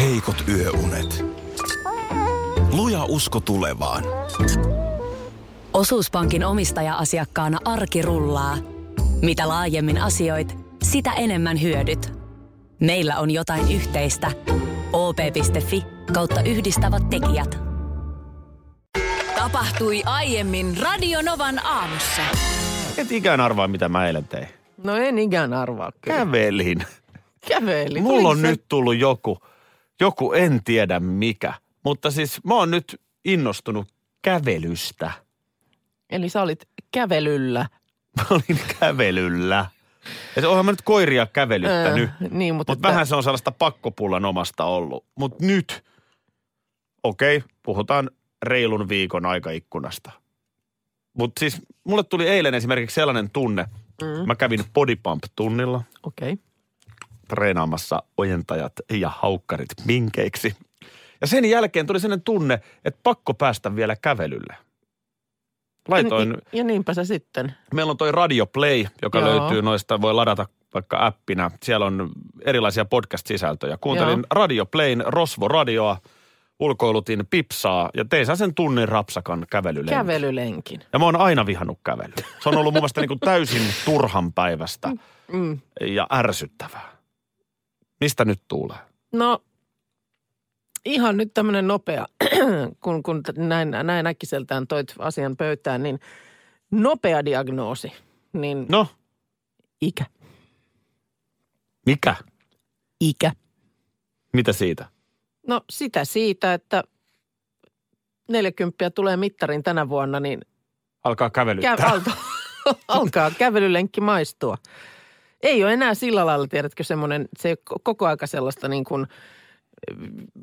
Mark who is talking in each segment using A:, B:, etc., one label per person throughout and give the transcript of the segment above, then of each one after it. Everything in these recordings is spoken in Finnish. A: heikot yöunet. Luja usko tulevaan.
B: Osuuspankin omistaja-asiakkaana arki rullaa. Mitä laajemmin asioit, sitä enemmän hyödyt. Meillä on jotain yhteistä. op.fi kautta yhdistävät tekijät.
C: Tapahtui aiemmin Radionovan aamussa.
D: Et ikään arvaa, mitä mä eilen tein.
E: No en ikään arvaa kyllä.
D: Kävelin.
E: Käveli.
D: Mulla
E: Tuli
D: on
E: se-
D: nyt tullut joku, joku en tiedä mikä. Mutta siis mä oon nyt innostunut kävelystä.
E: Eli sä olit kävelyllä.
D: Mä olin kävelyllä. Et oonhan mä nyt koiria kävelyttänyt.
E: Öö, niin, mutta...
D: Mutta
E: että-
D: vähän se on sellaista pakkopullan omasta ollut. Mutta nyt, okei, okay, puhutaan reilun viikon aikaikkunasta. Mutta siis mulle tuli eilen esimerkiksi sellainen tunne. Mm. Mä kävin Body Pump-tunnilla
E: Okei. Okay.
D: treenaamassa ojentajat ja haukkarit minkeiksi. Ja sen jälkeen tuli sellainen tunne, että pakko päästä vielä kävelylle. Laitoin,
E: Ja niinpä sä sitten.
D: meillä on toi Radio Play, joka Joo.
E: Joo.
D: löytyy noista, voi ladata vaikka appina. Siellä on erilaisia podcast-sisältöjä. Kuuntelin
E: Joo.
D: Radio Playn Rosvo Radioa, ulkoilutin Pipsaa ja tein sen tunnin rapsakan kävelylle.
E: Kävelylenkin.
D: Ja mä oon aina vihannut kävelyä. Se on ollut mun mielestä niin kuin täysin turhan päivästä
E: Mm.
D: ja ärsyttävää. Mistä nyt tulee?
E: No, ihan nyt tämmöinen nopea, kun, kun t- näin, näin äkkiseltään toit asian pöytään, niin nopea diagnoosi. Niin no.
D: No,
E: ikä.
D: mikä?
E: Ikä.
D: Mitä siitä?
E: No sitä siitä, että 40 tulee mittarin tänä vuonna, niin
D: Alkaa kävelyttää.
E: Kä- alta, alkaa kävelylenkki maistua. Ei ole enää sillä lailla, tiedätkö, semmoinen, se ei ole koko aika sellaista niin kuin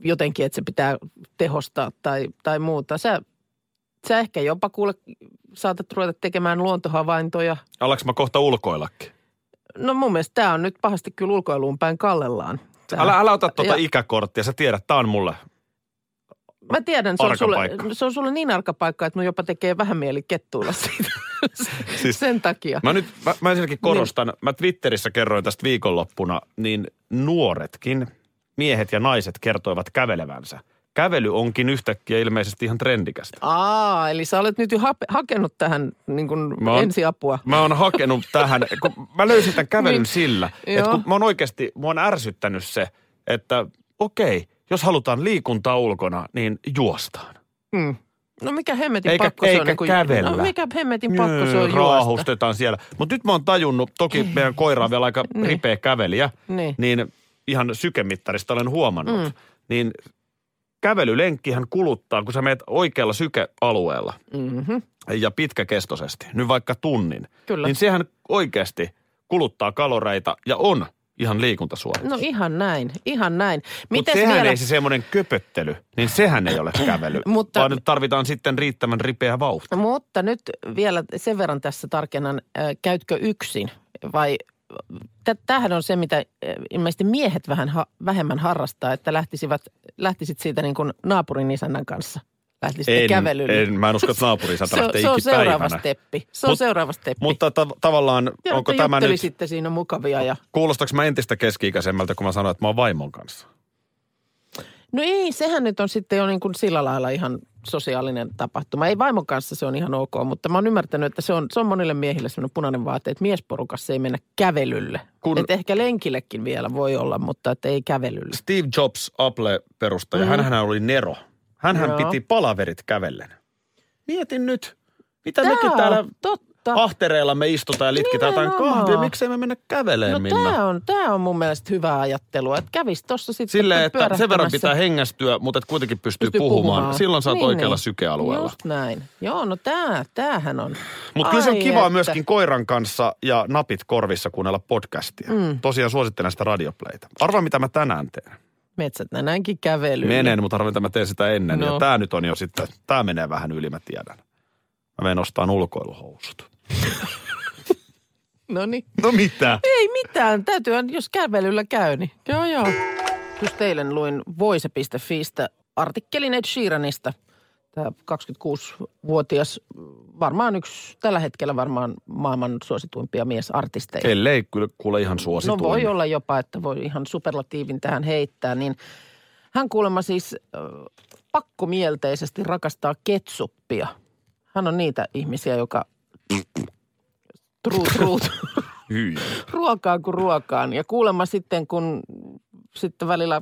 E: jotenkin, että se pitää tehostaa tai, tai muuta. Sä, sä ehkä jopa kuule, saatat ruveta tekemään luontohavaintoja.
D: Alaks mä kohta ulkoillakin?
E: No mun mielestä tämä on nyt pahasti kyllä ulkoiluun päin kallellaan. Tää-
D: Älä, älä ota tuota
E: Ja-
D: ikäkorttia, sä tiedät, tää on mulle.
E: Mä tiedän, se on,
D: Arka
E: sulle,
D: paikka.
E: se on sulle niin arka paikka, että mun jopa tekee vähän mieli kettuilla siitä
D: Siis-
E: siis, sen takia.
D: Mä nyt, mä, mä ensinnäkin korostan, niin. mä Twitterissä kerroin tästä viikonloppuna, niin nuoretkin, miehet ja naiset kertoivat kävelevänsä. Kävely onkin yhtäkkiä ilmeisesti ihan trendikästä.
E: Aa, eli sä olet nyt jo hape- hakenut tähän niin kuin
D: Mä oon-
E: ensiapua.
D: Mä oon hakenut tähän, kun mä löysin tämän kävelyn
E: Niin.
D: sillä, että
E: Joo.
D: kun mä oon oikeasti, mua on ärsyttänyt se, että okei, jos halutaan liikuntaa ulkona, niin juostaan.
E: Mm. No mikä hemmetin
D: Eikä-
E: pakko se
D: eikä
E: on? niin kuin-
D: kävellä.
E: No mikä hemmetin pakko se on juosta?
D: Raahustetaan siellä. Mutta nyt mä oon tajunnut, toki meidän koira on vielä aika
E: Niin.
D: ripeä kävelijä,
E: Niin.
D: niin ihan sykemittarista olen huomannut,
E: Mm.
D: niin kävelylenkkihän kuluttaa, kun sä meet oikealla sykealueella
E: Mm-hmm.
D: ja pitkäkestoisesti, nyt vaikka tunnin,
E: Kyllä.
D: niin sehän oikeasti kuluttaa kaloreita ja on ihan liikuntasuoritus.
E: No ihan näin, ihan näin.
D: Mutta
E: Mites
D: sehän
E: vielä?
D: ei siis- se semmoinen köpöttely, niin sehän ei ole kävely,
E: Mutta-
D: vaan nyt tarvitaan sitten riittävän ripeä vauhti.
E: Mutta nyt vielä sen verran tässä tarkennan, äh, käytkö yksin vai... tä- Tämähän on se, mitä äh, ilmeisesti miehet vähän ha- vähemmän harrastaa, että lähtisivät, lähtisit siitä niin kuin naapurin isännän kanssa. Lähtisitte kävelylle.
D: En, mä en usko, että naapuri
E: se, on- se on seuraava steppi. Se on
D: Mut-
E: seuraava steppi.
D: Mutta ta- tavallaan,
E: ja
D: onko tämä nyt,
E: sitten siinä mukavia ja...
D: kuulostaako mä entistä keski-ikäisemmältä, kun mä sanoin, että mä oon vaimon kanssa?
E: No ei, sehän nyt on sitten jo niin kuin sillä lailla ihan sosiaalinen tapahtuma. Ei vaimon kanssa se on ihan ok, mutta mä oon ymmärtänyt, että se on, se on monille miehille sellainen punainen vaate, että miesporukassa ei mennä kävelylle.
D: Kun-
E: Kun... Että ehkä lenkillekin vielä voi olla, mutta että ei kävelylle.
D: Steve Jobs, Apple-perustaja, mm.
E: Mhm.
D: hänhän oli Nero. Hänhän
E: Joo.
D: piti palaverit kävellen. Mietin nyt, mitä
E: Tää
D: mekin
E: on
D: täällä
E: Totta.
D: ahtereilla me istutaan ja litkitään jotain
E: Nimenomaan.
D: kahvia. Miksei me mennä käveleen,
E: no
D: Minna?
E: tämä on, tää on mun mielestä hyvää ajattelua, että kävis tuossa sitten
D: Silleen, että sen verran
E: pyörähtämässä.
D: pitää hengästyä, mutta et kuitenkin pystyy,
E: Pystyy Niin,
D: puhumaan. Silloin sä oot oikealla sykealueella.
E: Just näin. Joo, no tää, tämähän on.
D: Mutta kyllä se on
E: Ai
D: kivaa
E: että.
D: myöskin koiran kanssa ja napit korvissa kuunnella podcastia. Mm. Tosiaan suosittelen sitä radioplayta. Arvaa, mitä mä tänään teen.
E: Metsät näinkin kävelyyn.
D: Menen, mutta arvaa, mitä mä teen sitä ennen. No.
E: No.
D: Ja tää nyt on jo sitten, tää menee vähän yli, mä tiedän. Mä menen ostaan ulkoiluhousut.
E: No niin.
D: No mitä?
E: Ei mitään, täytyy, jos kävelyllä käy, niin joo joo. Just eilen luin voise.fiistä artikkelin Ed Sheeranista. Tämä 26-vuotias, varmaan yksi, tällä hetkellä varmaan maailman suosituimpia miesartisteja.
D: Ellei kyllä kuule ihan suosituin.
E: No voi olla jopa, että voi ihan superlatiivin tähän heittää, niin Hän kuulemma siis äh, pakkomielteisesti rakastaa ketsuppia. Hän on niitä ihmisiä, joka truut, truut,
D: Hyi.
E: ruokaa kuin ruokaan. Ja kuulemma sitten, kun sitten välillä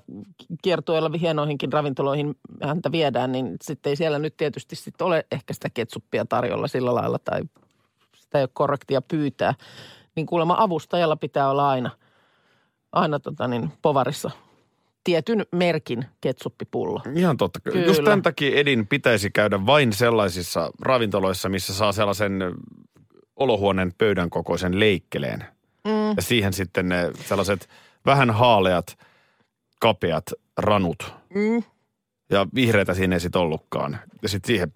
E: kiertueella hienoihinkin ravintoloihin häntä viedään, niin sitten ei siellä nyt tietysti sit ole ehkä sitä ketsuppia tarjolla sillä lailla tai sitä ei ole korrektia pyytää. Niin kuulemma avustajalla pitää olla aina, aina tota niin, povarissa tietyn merkin ketsuppipullo.
D: Ihan totta. Kyllä.
E: Kyllä.
D: Just tämän takia Edin pitäisi käydä vain sellaisissa ravintoloissa, missä saa sellaisen olohuoneen pöydän kokoisen leikkeleen. Mm. Ja siihen sitten ne sellaiset vähän haaleat, kapeat ranut. Mm. Ja vihreitä siinä ei sitten ollutkaan. Ja sitten siihen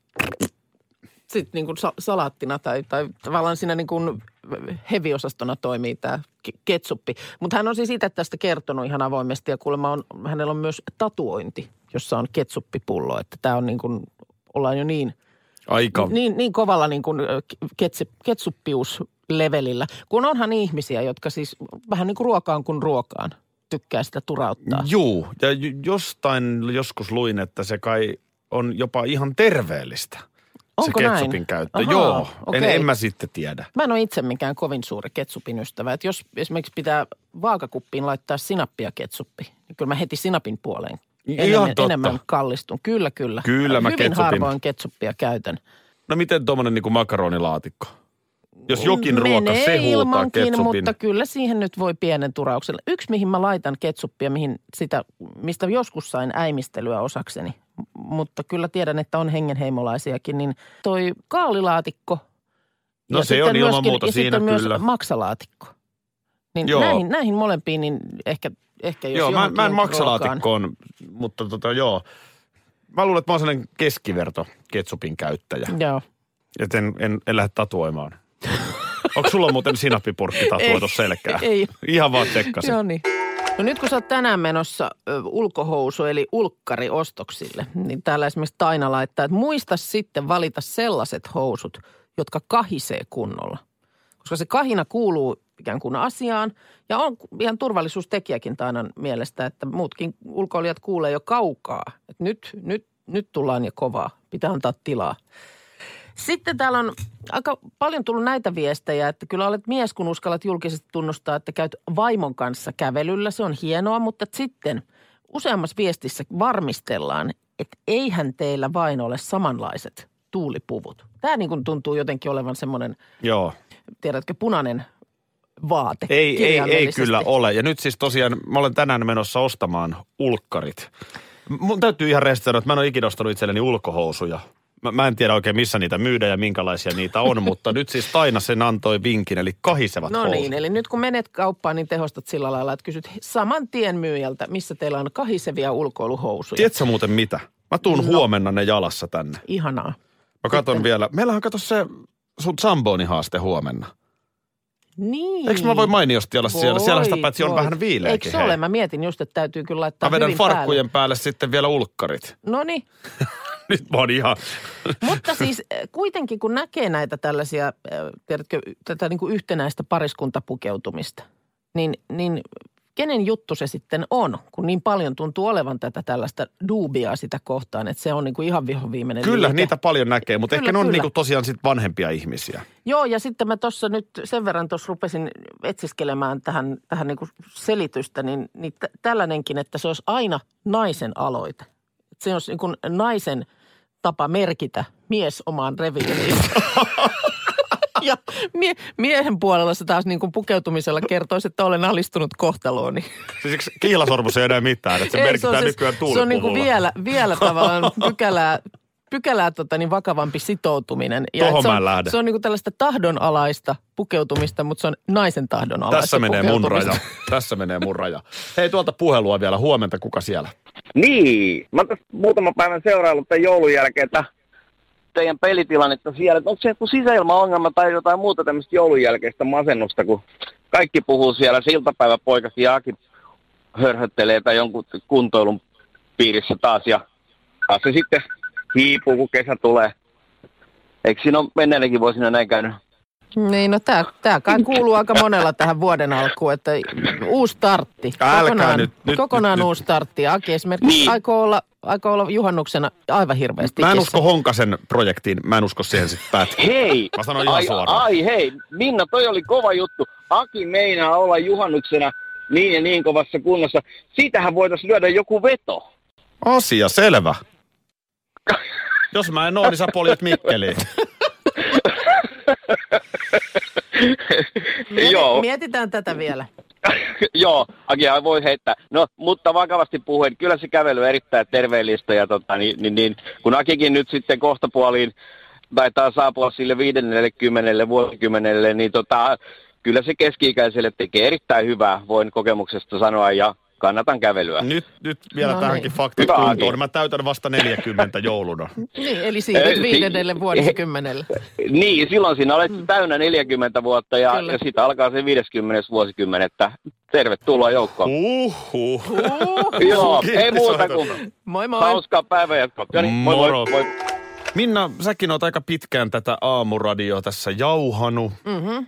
E: Sitten niin kuin sa- salaattina tai, tai tavallaan siinä niin kuin heviosastona toimii tämä ketsuppi. Mutta hän on siis itse tästä kertonut ihan avoimesti ja kuulemma on, hänellä on myös tatuointi, jossa on ketsuppipullo. Että tämä on niin kuin, ollaan jo niin,
D: aika...
E: niin, niin kovalla niin kuin ö, ketsi, ketsuppiuslevelillä. Kun onhan ihmisiä, jotka siis vähän niin kuin ruokaan kuin ruokaan tykkää sitä turauttaa.
D: Juu, ja j- jostain joskus luin, että se kai on jopa ihan terveellistä.
E: Onko
D: se
E: näin?
D: ketsupin käyttö.
E: Ahaa,
D: Joo, en,
E: okei.
D: en mä sitten tiedä.
E: Mä en ole itse mikään kovin suuri ketsupin ystävä. Et jos esimerkiksi pitää vaakakuppiin laittaa sinappia ketsuppi, niin kyllä mä heti sinapin puoleen
D: Ihan
E: enemmän,
D: totta.
E: enemmän kallistun. Kyllä, kyllä.
D: Kyllä mä
E: Hyvin
D: ketsupin.
E: harvoin ketsuppia käytän.
D: No miten tuommoinen niin makaronilaatikko? Jos jokin
E: Menee
D: ruoka, se huutaa
E: ilmankin,
D: ketsupin.
E: mutta kyllä siihen nyt voi pienen turauksen. Yksi, mihin mä laitan ketsuppia, mihin sitä, mistä joskus sain äimistelyä osakseni, m- mutta kyllä tiedän, että on hengenheimolaisiakin, niin toi kaalilaatikko.
D: No
E: ja
D: se on
E: sitten
D: ilman
E: myöskin,
D: muuta
E: ja
D: siinä
E: sitten
D: kyllä.
E: myös maksalaatikko. Niin
D: Joo.
E: näihin, näihin molempiin, niin ehkä, ehkä jos
D: Joo, mä,
E: johonkin
D: mä en
E: on
D: maksalaatikkoon, mutta tota joo. Mä luulen, että mä oon sellainen keskiverto ketsupin käyttäjä.
E: ruokaan. Joo.
D: Et en, en, en lähde tatuoimaan. Onko sulla muuten sinappipurkki tatuoitu
E: Ei,
D: selkään?
E: ei.
D: Ihan vaan tsekkasin.
E: Joo niin. No nyt kun sä oot tänään menossa ö, ulkohousu eli ulkkari ostoksille, niin täällä esimerkiksi Taina laittaa, että muista sitten valita sellaiset housut, jotka kahisee kunnolla. Koska se kahina kuuluu ikään kuin asiaan ja on ihan turvallisuustekijäkin Tainan mielestä, että muutkin ulkoilijat kuulee jo kaukaa. Että nyt, nyt, nyt tullaan jo kovaa, pitää antaa tilaa. Sitten täällä on aika paljon tullut näitä viestejä, että kyllä olet mies, kun uskallat julkisesti tunnustaa, että käyt vaimon kanssa kävelyllä. Se on hienoa, mutta sitten useammassa viestissä varmistellaan, että eihän teillä vain ole samanlaiset tuulipuvut. Tämä niin kuin tuntuu jotenkin olevan semmoinen,
D: Joo.
E: tiedätkö, punainen vaate.
D: Ei, ei, ei
E: kirjaimellisesti.
D: kyllä ole. Ja nyt siis tosiaan, mä olen tänään menossa ostamaan ulkkarit. Mun täytyy ihan rehellisesti sanoa, että mä en ole ikinä ostanut itselleni ulkohousuja. Mä, mä en tiedä oikein, missä niitä myydään ja minkälaisia niitä on, mutta nyt siis Taina sen antoi vinkin, eli kahisevat
E: No
D: housut.
E: niin, eli nyt kun menet kauppaan, niin tehostat sillä lailla, että kysyt saman tien myyjältä, missä teillä on kahisevia ulkoiluhousuja.
D: Tiedätkö muuten mitä? Mä tuun no. huomenna ne jalassa tänne.
E: Ihanaa.
D: Mä katon vielä. Meillähän kato se sun Zamboni haaste huomenna.
E: Niin.
D: Eikö mä voi mainiosti olla siellä? Siellä sitä
E: Voit,
D: paitsi on
E: voit.
D: vähän viileäkin.
E: Eikö se
D: hei.
E: ole? Mä mietin just, että täytyy kyllä laittaa
D: Mä vedän
E: hyvin
D: farkkujen päälle. sitten vielä ulkkarit.
E: No niin,
D: Nyt mä oon ihan...
E: mutta siis eh, kuitenkin kun näkee näitä tällaisia, eh, tiedätkö, tätä niin kuin yhtenäistä pariskuntapukeutumista, niin, niin kenen juttu se sitten on, kun niin paljon tuntuu olevan tätä tällaista duubiaa sitä kohtaan, että se on niin kuin ihan vihoviimeinen
D: Kyllä,
E: liike.
D: niitä paljon näkee, mutta
E: Kyllä,
D: ehkä ne on
E: kyllä.
D: niinku tosiaan sit vanhempia ihmisiä.
E: Joo, ja sitten mä tuossa nyt sen verran tuossa rupesin etsiskelemään tähän, tähän niin selitystä, niin, niin tä- tällainenkin, että se olisi aina naisen aloite. Et se olisi niin kuin naisen tapa merkitä mies omaan reviiriin. ja mie- miehen puolella se taas niin kuin pukeutumisella kertoisi, että olen alistunut kohtalooni.
D: Siis eikö kiilasormus ei enää mitään, että se
E: Ei,
D: merkitään
E: on siis-
D: nykyään tuulipuvulla.
E: Se on niin kuin vielä, vielä tavallaan pykälää, pykälää tota niin vakavampi sitoutuminen.
D: Tohon
E: et se
D: mä en
E: on,
D: lähde.
E: Se on niin kuin tällaista tahdonalaista pukeutumista, mutta se on naisen tahdonalaista
D: Tässä menee mun
E: pukeutumista.
D: raja. Tässä menee mun raja. Hei, tuolta puhelua vielä. Huomenta, kuka siellä?
F: Niin, mä oon tässä muutaman päivän seuraillut tämän joulun jälkeen, että teidän pelitilannetta siellä, että onko se joku sisäilmaongelma tai jotain muuta tämmöistä joulun jälkeistä masennusta, kun kaikki puhuu siellä, se iltapäiväpoikakin Jaakin hörhöttelee tai jonkun kuntoilun piirissä taas ja taas se sitten hiipuu, kun kesä tulee. Eikö siinä ole menneinäkin vuosina näin käynyt?
E: Niin, no tää, tää kai kuuluu aika monella tähän vuoden alkuun, että uusi startti.
D: Älkää
E: kokonaan,
D: nyt, nyt,
E: Kokonaan
D: nyt,
E: uusi startti. Aki esimerkiksi niin.
F: Niin.
E: aikoo, olla, aikoo olla juhannuksena aivan hirveästi.
D: Mä en
E: kissä.
D: usko Honkasen projektiin, mä en usko siihen sitten pätkään.
F: Hei!
D: Mä sanon ihan
F: ai,
D: suoraan.
F: ai hei, Minna, toi oli kova juttu. Aki meinaa olla juhannuksena niin ja niin kovassa kunnossa. Siitähän voitaisiin lyödä joku veto.
D: Asia selvä. Jos mä en oo, niin sä poljet Mikkeliin.
E: Mieti-
F: Joo.
E: Mietitään tätä vielä.
F: Joo, Akia voi heittää. No, mutta vakavasti puhuen, kyllä se kävely on erittäin terveellistä. Ja tota, niin, niin, niin, kun Akikin nyt sitten kohtapuoliin taitaa saapua sille 50 vuosikymmenelle, niin tota, kyllä se keski-ikäiselle tekee erittäin hyvää, voin kokemuksesta sanoa, ja kannatan kävelyä.
D: Nyt, nyt vielä
E: No
D: no
E: niin.
D: tähänkin faktat
F: Hyvä,
D: kuntoon.
F: Aki.
D: Mä täytän vasta 40 jouluna.
E: Niin, eli siitä
F: Ei, si-
E: viidennelle vuosikymmenelle.
F: Niin, silloin sinä olet täynnä 40 vuotta ja,
E: Kyllä.
F: ja siitä alkaa se 50. vuosikymmen, että tervetuloa joukkoon.
D: Uhu.
F: Joo,
D: Kiitos,
F: ei muuta
D: soitosta.
F: kuin
E: Moi moi.
F: hauskaa päivänjatkoa. No niin,
D: Moro. Minna, säkin oot aika pitkään tätä aamuradioa tässä jauhanut.
E: Mhm.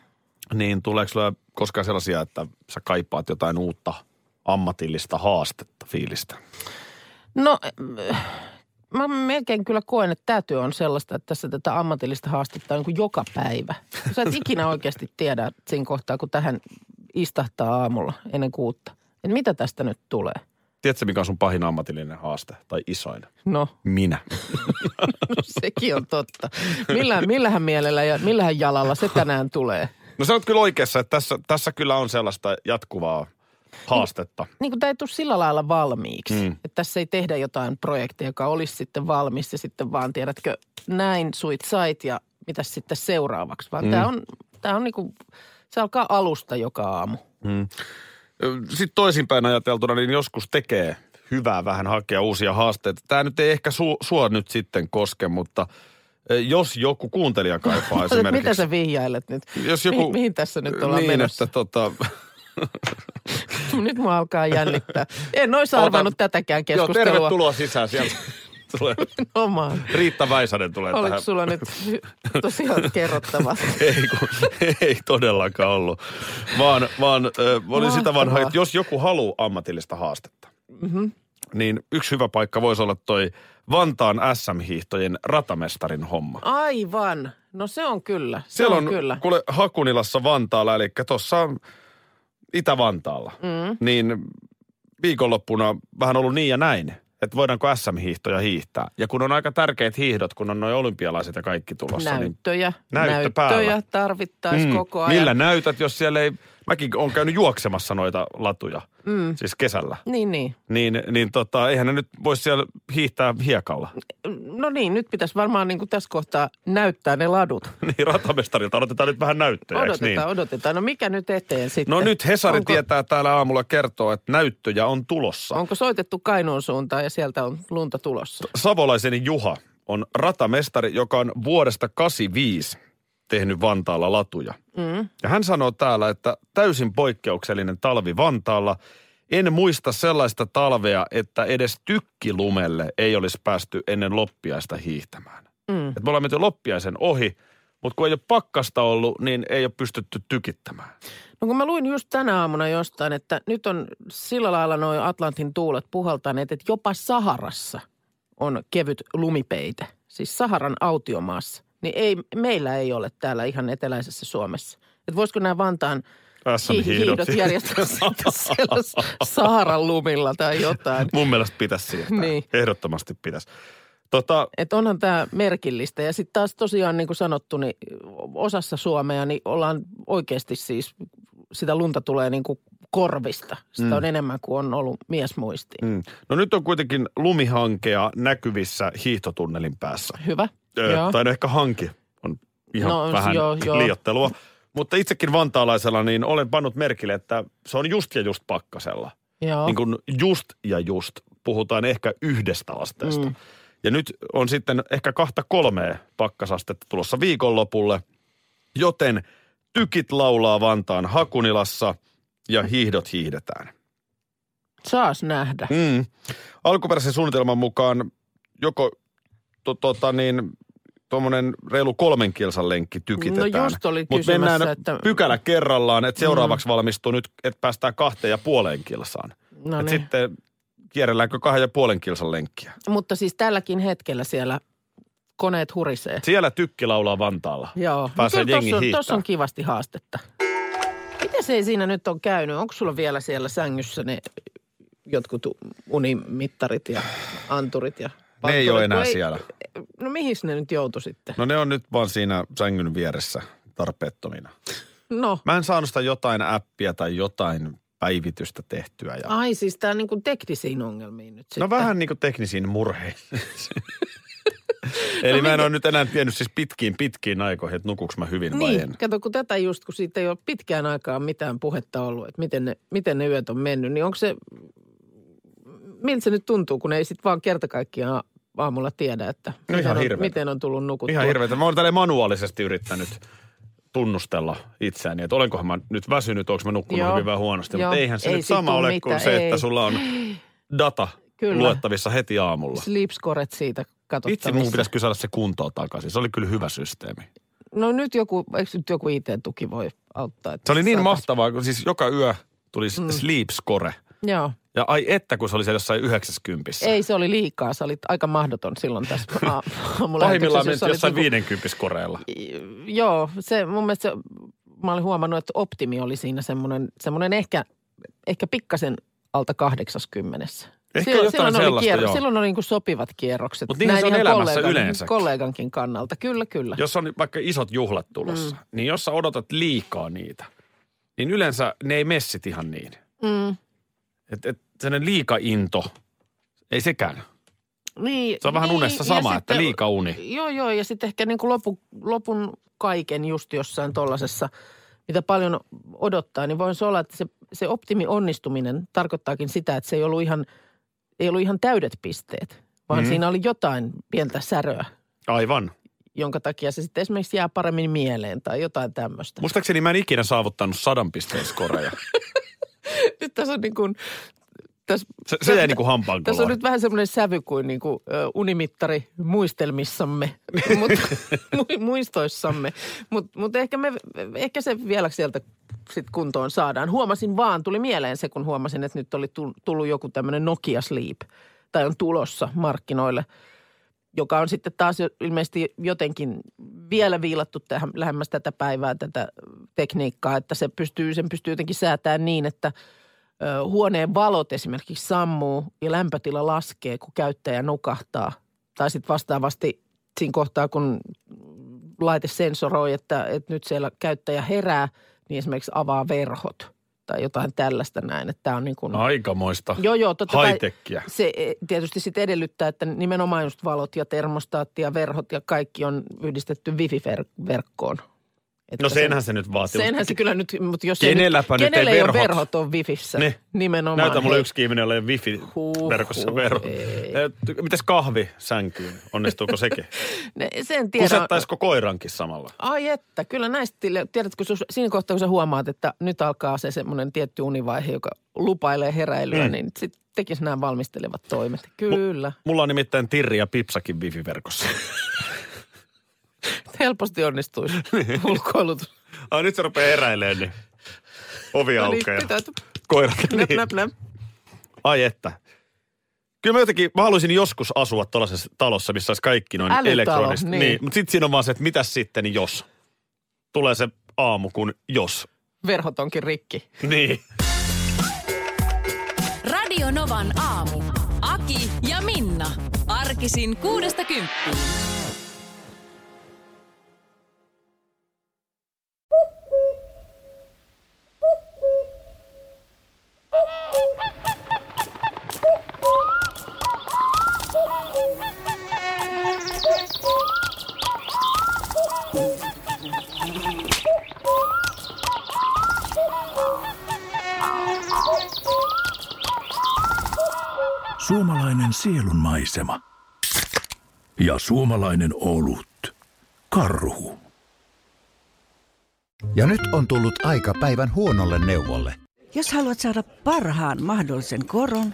D: Niin tuleeko sulla koskaan sellaisia, että sä kaipaat jotain uutta ammatillista haastetta, fiilistä?
E: No, mm, mä melkein kyllä koen, että tämä työ on sellaista, että tässä tätä ammatillista haastetta on niin joka päivä. Sä et ikinä oikeasti tiedä siinä kohtaa, kun tähän istahtaa aamulla ennen kuutta. Että mitä tästä nyt tulee?
D: Tiedätkö, mikä on sun pahin ammatillinen haaste tai isoin?
E: No,
D: Minä.
E: sekin on totta. Millä, millähän mielellä ja millähän jalalla se tänään tulee?
D: No sä oot kyllä oikeassa, että tässä, tässä kyllä on sellaista jatkuvaa haastetta.
E: Niin kuin tämä ei tule sillä lailla valmiiksi. Mm.
D: Mm.
E: Että tässä ei tehdä jotain projektia, joka olisi sitten valmis ja sitten vaan tiedätkö, näin suit sait ja mitä sitten seuraavaksi. Vaan mm. tämä on, tää on niin kuin, se alkaa alusta joka aamu.
D: Sitten toisinpäin ajateltuna, niin joskus tekee hyvää vähän hakea uusia haasteita. Tämä nyt ei ehkä su, sua nyt sitten koske, mutta ö, jos joku kuuntelija kaipaa
E: Mutta mitä
D: esimerkiksi...
E: sä vihjailet nyt?
D: Jos
E: Mihin,
D: joku,
E: mihin tässä nyt ollaan
D: niin,
E: menossa?
D: Että tota,
E: Nyt mua alkaa jännittää. En olisi
D: Ota-
E: arvannut tätäkään
D: joo,
E: keskustelua.
D: tervetuloa sisään sieltä. Tulee,
E: Omaan.
D: Riitta Väisänen tulee
E: Oliko
D: tähän.
E: sulla nyt tosiaan kerrottavaa?
D: Ei, kun, ei todellakaan ollut, vaan, vaan äh, oli sitä vanhaa,
E: Mahtavaa.
D: että jos joku haluaa ammatillista haastetta, mm-hmm. niin yksi hyvä paikka voisi olla toi Vantaan SM-hiihtojen ratamestarin homma.
E: Aivan. No se on kyllä. Se
D: Siellä
E: on, No, kyllä.
D: kuule Hakunilassa Vantaalla, eli tuossa Itä-Vantaalla, mm. niin viikonloppuna vähän ollut niin ja näin, että voidaanko SM-hiihtoja hiihtää. Ja kun on aika tärkeät hiihdot, kun on noin olympialaiset ja kaikki tulossa, niin
E: Näyttöjä,
D: Näyttö
E: näyttöjä
D: päällä.
E: tarvittaisiin mm, koko ajan.
D: Millä näytät, jos siellä ei... Mäkin olen käynyt juoksemassa noita latuja, mm. siis kesällä.
E: Niin, niin.
D: Niin, niin tota, eihän ne nyt voi siellä hiihtää hiekalla.
E: No niin, nyt pitäisi varmaan niin kuin tässä kohtaa näyttää ne ladut.
D: Niin ratamestarilta odotetaan nyt vähän näyttöjä, eiks
E: Odotetaan,
D: niin?
E: odotetaan. No mikä nyt eteen sitten?
D: No nyt Hesari
E: Onko-
D: Onko... tietää täällä aamulla kertoa, että näyttöjä on tulossa. On...
E: Onko soitettu Kainuun suuntaan ja sieltä on lunta tulossa?
D: Savolaisen Juha on ratamestari, joka on vuodesta 85 tehnyt Vantaalla latuja.
E: Mm.
D: Ja hän sanoo täällä, että täysin poikkeuksellinen talvi Vantaalla. En muista sellaista talvea, että edes tykkilumelle ei olisi päästy ennen loppiaista hiihtämään.
E: Mm.
D: Et me ollaan menty loppiaisen ohi, mutta kun ei ole pakkasta ollut, niin ei ole pystytty tykittämään.
E: No kun mä luin just tänä aamuna jostain, että nyt on sillä lailla noin Atlantin tuulet puhaltaneet, että jopa Saharassa on kevyt lumipeite. Siis Saharan autiomaassa. Niin ei, meillä ei ole täällä ihan eteläisessä Suomessa. Että voisiko nämä Vantaan hi- hiihdot järjestää sitten siellä Saharan lumilla tai jotain.
D: Mun mielestä pitäisi siirtää.
E: Niin.
D: Ehdottomasti pitäisi. Tota,
E: Että onhan tämä merkillistä. Ja sitten taas tosiaan niin kuin sanottu, niin osassa Suomea niin ollaan oikeasti siis, sitä lunta tulee niin kuin korvista. Sitä mm. on enemmän kuin on ollut miesmuistiin.
D: mm. No nyt on kuitenkin lumihankea näkyvissä hiihtotunnelin päässä.
E: Hyvä.
D: Ö,
E: joo.
D: tai no ehkä hanki on ihan
E: No,
D: no, vähän
E: joo,
D: joo,
E: joo.
D: liiottelua. Mutta itsekin vantaalaisella niin olen pannut merkille, että se on just ja just pakkasella.
E: joo.
D: Niin kuin just ja just puhutaan ehkä yhdestä asteesta.
E: Mm.
D: Mm. Ja nyt on sitten ehkä kahta kolmea pakkasastetta tulossa viikonlopulle, joten tykit laulaa Vantaan Hakunilassa ja hiihdot hiihdetään.
E: Saas nähdä. No
D: Mm. Alkuperäisen suunnitelman mukaan joko to, tota niin, tuommoinen reilu kolmen kilsan lenkki tykitetään.
E: No just oli
D: Mutta
E: kysymässä,
D: mennään
E: että- Mm.
D: pykälä kerrallaan, että seuraavaksi valmistuu nyt, että päästään kahteen ja puoleen kilsaan.
E: No
D: Et
E: niin.
D: sitten kierrelläänkö kahden ja puolen kilsan lenkkiä.
E: Mutta siis tälläkin hetkellä siellä koneet hurisee.
D: Siellä tykki laulaa Vantaalla.
E: Joo.
D: Pääsee
E: kyllä
D: jengi
E: tossa on, tossa
D: hiihtää.
E: on kivasti haastetta. Mitä se ei siinä nyt on käynyt? Onko sulla vielä siellä sängyssä ne jotkut unimittarit ja anturit ja
D: Ne ei ole
E: panturit?
D: enää
E: Kun
D: siellä.
E: No mihin ne nyt joutu sitten?
D: No ne on nyt vaan siinä sängyn vieressä tarpeettomina.
E: No,
D: Mä en saanut sitä jotain appia tai jotain päivitystä tehtyä. Ja...
E: ai siis tää on niin kuin teknisiin ongelmiin nyt
D: No
E: sitten.
D: vähän niin kuin teknisiin murheisiin.
E: No
D: Eli mä en ole nyt enää tiennyt siis pitkiin pitkiin aikoihin, että nukuks mä hyvin vai en.
E: Niin, kato kun tätä just, kun siitä ei ole pitkään aikaan mitään puhetta ollut, että miten ne, miten ne yöt on mennyt, niin onko se, miltä se nyt tuntuu, kun ei sitten vaan kerta kaikkiaan aamulla tiedä, että
D: No ihan
E: miten, on,
D: hirveetä.
E: miten on tullut nukuttua.
D: Ihan hirveetä. Mä oon tälleen manuaalisesti yrittänyt tunnustella itseäni, että olenkohan mä nyt väsynyt, onko mä nukkunut
E: Joo.
D: hyvin vai huonosti.
E: Joo.
D: Mutta eihän se
E: Ei
D: ei nyt
E: siitä
D: sama
E: tuu
D: ole kuin
E: mitään,
D: se,
E: ei.
D: että sulla on data
E: Kyllä. Siis
D: luettavissa heti aamulla.
E: Sleepscoret siitä
D: Vitsi,
E: katsottavissa.
D: mun pitäisi kyllä saada se kuntoon takaisin. Se oli kyllä hyvä systeemi.
E: No nyt joku, eikö nyt joku IT-tuki voi auttaa? että
D: Se oli niin
E: saatais-
D: mahtavaa, kun siis joka yö tuli mm. sleep score.
E: Joo.
D: Ja ai että, kun se oli siellä jossain 90.
E: Ei, se oli liikaa. Se oli aika mahdoton silloin tässä a- aamulla.
D: Pahimmillaan
E: jos
D: mentiin
E: olit
D: jossain
E: niinku-
D: 50 koreilla.
E: Joo, se mun mielestä se, mä olin huomannut, että optimi oli siinä semmoinen, semmoinen ehkä, ehkä pikkasen alta 80.
D: Ehkä
E: silloin,
D: jotain
E: silloin, oli
D: sellaista,
E: kier-
D: joo.
E: silloin oli niin kuin sopivat kierrokset.
D: Mut niinhän
E: Näin
D: se on
E: ihan
D: elämässä
E: kollegan-
D: yleensäkin.
E: Kollegankin kannalta, kyllä kyllä.
D: Jos on vaikka isot juhlat tulossa, mm. niin jos sä odotat liikaa niitä, niin yleensä ne ei messit ihan niin.
E: Mm.
D: Että et, sellainen liikainto, ei sekään.
E: Niin,
D: Se on vähän
E: niin,
D: unessa
E: ja
D: sama, että
E: sitten-
D: liikauni.
E: Joo, joo, ja sitten ehkä niin kuin lopu, lopun kaiken just jossain tollasessa, mitä paljon odottaa, niin voin se olla, että se, se optimi onnistuminen tarkoittaakin sitä, että se ei ollut ihan, ei ollut ihan täydet pisteet, vaan
D: Mm.
E: mm. siinä oli jotain pientä säröä,
D: Aivan.
E: jonka takia se sitten esimerkiksi jää paremmin mieleen tai jotain tämmöistä.
D: Muistaakseni mä en ikinä saavuttanut sadan pisteen skoreja.
E: Nyt tässä on niin kuin, tässä,
D: Se, se jäi niinku hampaan
E: tässä on
D: kolaan.
E: nyt vähän semmoinen sävy kuin, niin kuin ö, unimittari muistelmissamme, mutta mu- muistoissamme. Mutta mut ehkä, me, ehkä se vielä sieltä sit kuntoon saadaan. Huomasin vaan, tuli mieleen se, kun huomasin, että nyt oli tu- tullut joku tämmöinen Nokia Sleep tai on tulossa markkinoille, joka on sitten taas jo- ilmeisesti jotenkin vielä viilattu tähän lähemmäs tätä päivää, tätä tekniikkaa, että se pystyy, sen pystyy jotenkin säätämään niin, että ö, huoneen valot esimerkiksi sammuu ja lämpötila laskee, kun käyttäjä nukahtaa. Tai sitten vastaavasti siinä kohtaa, kun laite sensoroi, että, että nyt siellä käyttäjä herää, niin esimerkiksi avaa verhot tai jotain tällaista näin. Että tämä on niin
D: No,
E: kuin...
D: Aikamoista. No
E: Joo, joo, totta kai.
D: High-techia.
E: Se eh, tietysti sitten edellyttää, että nimenomaan just valot ja termostaatti ja verhot ja kaikki on yhdistetty wifi-verkkoon.
D: No senhän se nyt vaatii.
E: Senhän se kyllä nyt, mutta jos
D: Kenelläpä
E: ei,
D: nyt
E: nyt- kenellä
D: ei
E: ei ole
D: verhot?
E: verhot on wifissä,
D: Ne.
E: ne. nimenomaan.
D: Näytä mulle
E: Hei.
D: yksi ihminen, jolla ei ole wifi
E: Huh,
D: verkossa
E: huh,
D: vero.
E: ei.
D: Eh, Mites kahvi sänkyyn? Onnistuuko sekin?
E: Ne, sen tiedä.
D: Kusettaisiko koirankin samalla?
E: Ai että, kyllä näistä, tille- tiedätkö, sus, siinä kohtaa kun sä huomaat, että nyt alkaa se semmoinen tietty univaihe, joka lupailee heräilyä,
D: Mm.
E: mm. niin sitten tekisi nämä valmistelevat toimet. Kyllä.
D: Mulla on nimittäin Tirri ja Pipsakin wifi-verkossa.
E: Helposti onnistuisi
D: Niin.
E: ulkoilut.
D: Ai nyt se rupeaa eräilemään, niin ovi
E: No niin,
D: aukeaa.
E: pitää-
D: Koirat.
E: Näp,
D: Niin.
E: näp, näp.
D: Ai että. Kyllä mä jotenkin, mä haluaisin joskus asua tuollaisessa talossa, missä olisi kaikki noin
E: Älytalo,
D: elektronista.
E: niin.
D: Mutta sitten siinä on vaan se, että mitäs sitten niin jos. Tulee se aamu, kun jos.
E: Verhot onkin rikki.
D: Niin.
C: Radio Novan aamu. Aki ja Minna. Arkisin kuudesta kymppiin.
A: Suomalainen sielunmaisema. Ja suomalainen olut. Karhu.
G: Ja nyt on tullut aika päivän huonolle neuvolle.
H: Jos haluat saada parhaan mahdollisen koron,